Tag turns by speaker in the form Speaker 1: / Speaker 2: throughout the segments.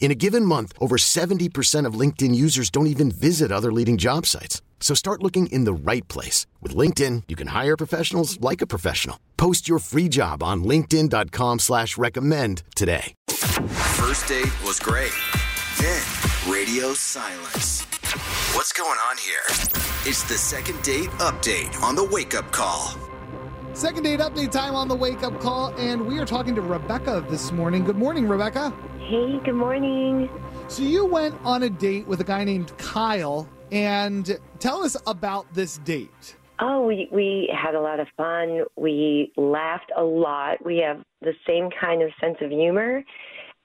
Speaker 1: In a given month, over 70% of LinkedIn users don't even visit other leading job sites. So start looking in the right place. With LinkedIn, you can hire professionals like a professional. Post your free job on linkedin.com/recommend slash recommend today.
Speaker 2: First date was great. Then radio silence. What's going on here? It's the second date update on the wake up call.
Speaker 3: Second date update time on the wake up call, and we are talking to Rebecca this morning. Good morning, Rebecca.
Speaker 4: Hey, good morning.
Speaker 3: So, you went on a date with a guy named Kyle, and tell us about this date.
Speaker 4: Oh, we, we had a lot of fun. We laughed a lot. We have the same kind of sense of humor.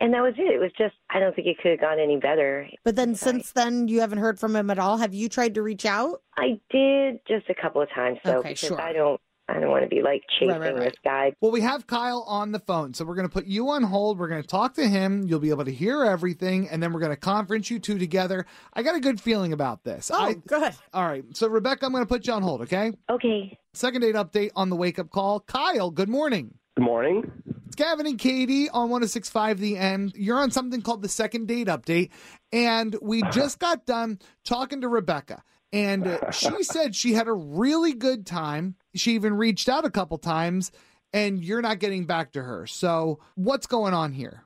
Speaker 4: And that was it. It was just, I don't think it could have gone any better.
Speaker 5: But then
Speaker 4: Sorry.
Speaker 5: since then, you haven't heard from him at all. Have you tried to reach out?
Speaker 4: I did just a couple of times, though,
Speaker 5: Okay,
Speaker 4: because
Speaker 5: sure.
Speaker 4: I don't. I don't want to be like chasing
Speaker 5: Right, right, right.
Speaker 4: this guy.
Speaker 3: Well, we have Kyle on the phone, so we're going to put you on hold. We're going to talk to him. You'll be able to hear everything, and then we're going to conference you two together. I got a good feeling about this. I,
Speaker 5: Oh, good.
Speaker 3: all right. So, Rebecca, I'm going to put you on hold, okay?
Speaker 4: Okay.
Speaker 3: Second date update on the wake up call. Kyle, good morning.
Speaker 6: Good morning.
Speaker 3: It's Gavin and Katie on 1065 The End. You're on something called the second date update. And we just got done talking to Rebecca. And uh, she said she had a really good time. She even reached out a couple times, and you're not getting back to her. So, what's going on here?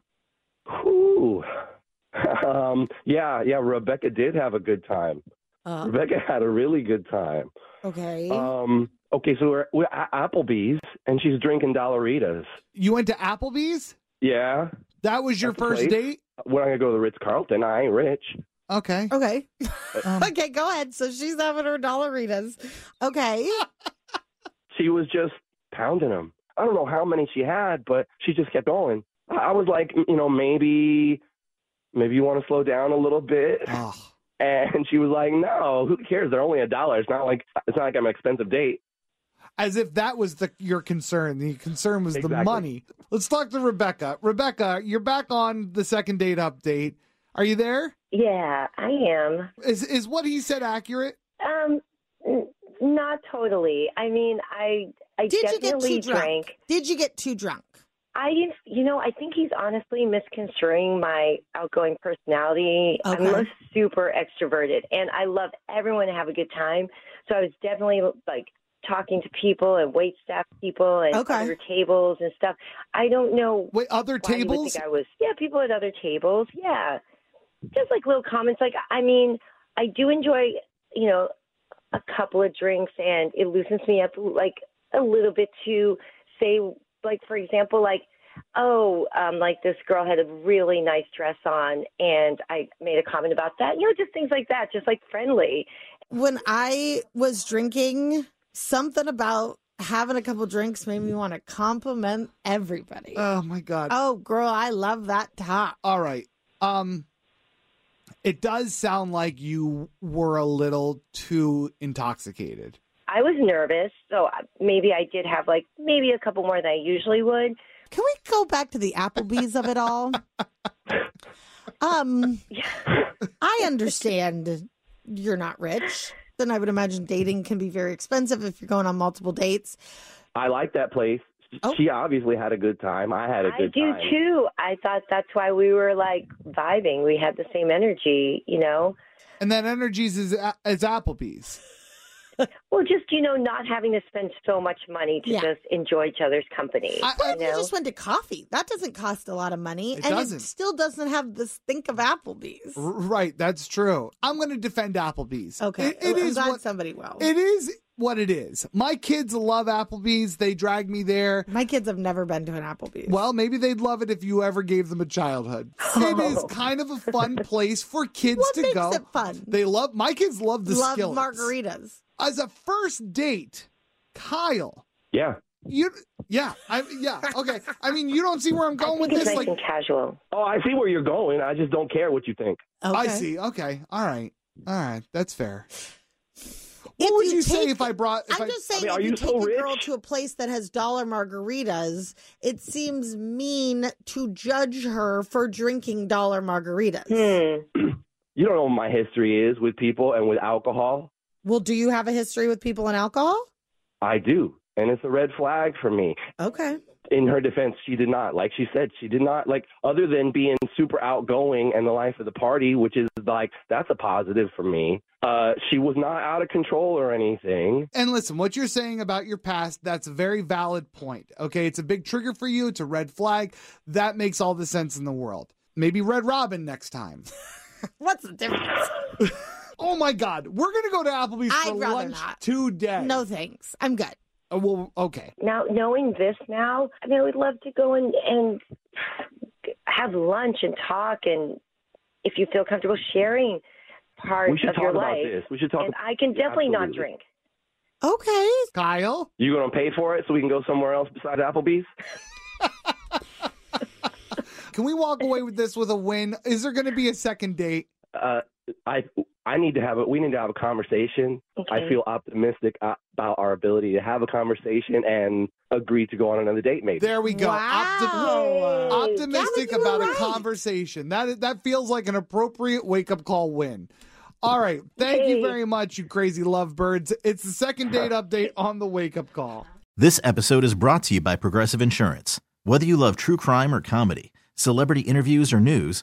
Speaker 6: Whew. Um, yeah, yeah, Rebecca did have a good time.
Speaker 5: Uh,
Speaker 6: Rebecca had a really good time.
Speaker 5: okay.
Speaker 6: Um, okay, so we're, we're at Applebee's and she's drinking Dollaritas.
Speaker 3: You went to Applebee's?
Speaker 6: Yeah.
Speaker 3: That was your
Speaker 6: That's a
Speaker 3: first
Speaker 6: place.
Speaker 3: date?
Speaker 6: We're not going to go to the Ritz Carlton. I ain't rich.
Speaker 3: Okay.
Speaker 5: okay.
Speaker 6: Uh,
Speaker 3: Um,
Speaker 5: okay, go ahead. So she's having her dollaritas. Okay.
Speaker 6: She was just pounding them. I don't know how many she had, but she just kept going. I I was like, you know, maybe, maybe you want to slow down a little bit.
Speaker 3: ugh.
Speaker 6: And she was like, no, who cares? They're only a dollar. It's not like it's not like I'm an expensive date.
Speaker 3: as if that was the your concern. The concern was the
Speaker 6: Exactly.
Speaker 3: money. Let's talk to Rebecca. Rebecca, you're back on the second date update. Are you there?
Speaker 4: Yeah, I am.
Speaker 3: Is is what he said accurate?
Speaker 4: Um, n- not totally. I mean, I I
Speaker 5: Did you get
Speaker 4: definitely
Speaker 5: too drunk?
Speaker 4: drank.
Speaker 5: Did you get too drunk?
Speaker 4: I, you know, I think he's honestly misconstruing my outgoing personality. I'm
Speaker 5: Okay.
Speaker 4: like, super extroverted, and I love everyone to have a good time. So I was definitely like talking to people and wait staff people and
Speaker 5: Okay.
Speaker 4: other tables and stuff. I don't know
Speaker 3: Wait, other
Speaker 4: why you would
Speaker 3: tables?
Speaker 4: think I was yeah, people at other tables. Yeah, just like little comments. Like I mean, I do enjoy you know a couple of drinks, and it loosens me up like a little bit to say like for example like oh um like this girl had a really nice dress on and i made a comment about that you know just things like that just like friendly
Speaker 5: When I was drinking, something about having a couple drinks made me want to compliment everybody.
Speaker 3: Oh my god.
Speaker 5: oh, girl, I love that top.
Speaker 3: All right. Um it does sound like you were a little too intoxicated.
Speaker 4: i was nervous so uh, maybe i did have like maybe a couple more than i usually would
Speaker 5: Can we go back to the Applebee's of it all? Um, I understand you're not rich. Then I would imagine dating can be very expensive if you're going on multiple dates.
Speaker 6: I like that place.
Speaker 5: Oh.
Speaker 6: She obviously had a good time. I had a
Speaker 4: I
Speaker 6: good
Speaker 4: do
Speaker 6: time.
Speaker 4: too. I thought that's why we were like vibing. We had the same energy, you know.
Speaker 3: And that energies is is Applebee's.
Speaker 4: Well, just you know, not having to spend so much money to
Speaker 5: Yeah.
Speaker 4: just enjoy each other's company.
Speaker 3: I-
Speaker 5: What
Speaker 4: you
Speaker 5: if you
Speaker 4: know?
Speaker 5: just went to coffee? That doesn't cost a lot of money,
Speaker 3: It
Speaker 5: and
Speaker 3: doesn't.
Speaker 5: it still doesn't have the stink of Applebee's.
Speaker 3: R- Right, that's true. I'm going to defend Applebee's.
Speaker 5: Okay,
Speaker 3: It- it
Speaker 5: I'm
Speaker 3: is
Speaker 5: glad
Speaker 3: what,
Speaker 5: somebody will.
Speaker 3: it is what it is. My kids love Applebee's. They drag me there.
Speaker 5: My kids have never been to an Applebee's.
Speaker 3: Well, maybe they'd love it if you ever gave them a childhood. It is kind of a fun place for kids
Speaker 5: what
Speaker 3: to
Speaker 5: makes
Speaker 3: go.
Speaker 5: it fun?
Speaker 3: They love my kids love the
Speaker 5: love
Speaker 3: skillets.
Speaker 5: margaritas.
Speaker 3: As a first date, Kyle,
Speaker 6: Yeah.
Speaker 3: you yeah, I yeah, okay. I mean, you don't see where I'm
Speaker 4: I
Speaker 3: going
Speaker 4: think
Speaker 3: with
Speaker 4: it's
Speaker 3: this
Speaker 4: nice
Speaker 3: like
Speaker 4: and casual.
Speaker 6: Oh, I see where you're going. I just don't care what you think.
Speaker 5: Okay.
Speaker 3: I see. Okay. All right. All right. That's fair.
Speaker 5: If
Speaker 3: What would you, say
Speaker 5: take-
Speaker 3: if I brought if
Speaker 5: I'm
Speaker 3: I-
Speaker 5: just saying,
Speaker 6: mean,
Speaker 5: if
Speaker 6: are
Speaker 5: you,
Speaker 6: you
Speaker 5: take
Speaker 6: so
Speaker 5: a girl
Speaker 6: rich?
Speaker 5: to a place that has dollar margaritas, it seems mean to judge her for drinking dollar margaritas.
Speaker 4: Hmm.
Speaker 6: You don't know what my history is with people and with alcohol.
Speaker 5: Well, do you have a history with people and alcohol?
Speaker 6: I do. And it's a red flag for me.
Speaker 5: Okay.
Speaker 6: In her defense, she did not. Like she said, she did not. Like, other than being super outgoing and the life of the party, which is like, that's a positive for me. Uh, she was not out of control or anything.
Speaker 3: And listen, what you're saying about your past, that's a very valid point. Okay. It's a big trigger for you. It's a red flag. That makes all the sense in the world. Maybe Red Robin next time.
Speaker 5: What's the difference?
Speaker 3: Oh my God. We're going to go to Applebee's
Speaker 5: I'd
Speaker 3: for
Speaker 5: rather
Speaker 3: lunch
Speaker 5: not.
Speaker 3: today.
Speaker 5: no thanks. I'm good.
Speaker 3: Oh, well, okay.
Speaker 4: Now, knowing this now, I mean, I would love to go and, and have lunch and talk, and if you feel comfortable sharing part
Speaker 6: We should
Speaker 4: of your
Speaker 6: talk about
Speaker 4: life.
Speaker 6: this. We should talk
Speaker 4: And
Speaker 6: about
Speaker 4: I can
Speaker 6: Yeah,
Speaker 4: definitely not
Speaker 6: absolutely.
Speaker 4: drink.
Speaker 5: Okay.
Speaker 3: Kyle?
Speaker 6: You going to pay for it so we can go somewhere else besides Applebee's?
Speaker 3: Can we walk away with this with a win? Is there going to be a second date?
Speaker 6: uh, I I need to have a we need to have a conversation.
Speaker 4: Okay.
Speaker 6: I feel optimistic uh, about our ability to have a conversation and agree to go on another date. Maybe
Speaker 3: There we go. Opti-
Speaker 5: Wow.
Speaker 4: Yay.
Speaker 3: optimistic
Speaker 5: Gavin, you
Speaker 3: about
Speaker 5: were
Speaker 3: a
Speaker 5: right.
Speaker 3: conversation. That that feels like an appropriate wake up call win. All right, thank you
Speaker 4: Yay.
Speaker 3: very much, you crazy lovebirds. It's the second date update on the wake up call.
Speaker 7: This episode is brought to you by Progressive Insurance. Whether you love true crime or comedy, celebrity interviews or news,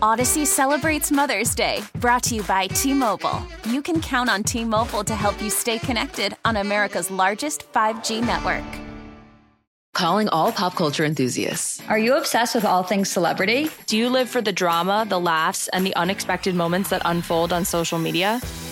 Speaker 8: Odyssey celebrates Mother's Day, brought to you by T Mobile. You can count on T Mobile to help you stay connected on America's largest 5G network.
Speaker 9: Calling all pop culture enthusiasts.
Speaker 10: Are you obsessed with all things celebrity? Do you live for the drama, the laughs, and the unexpected moments that unfold on social media?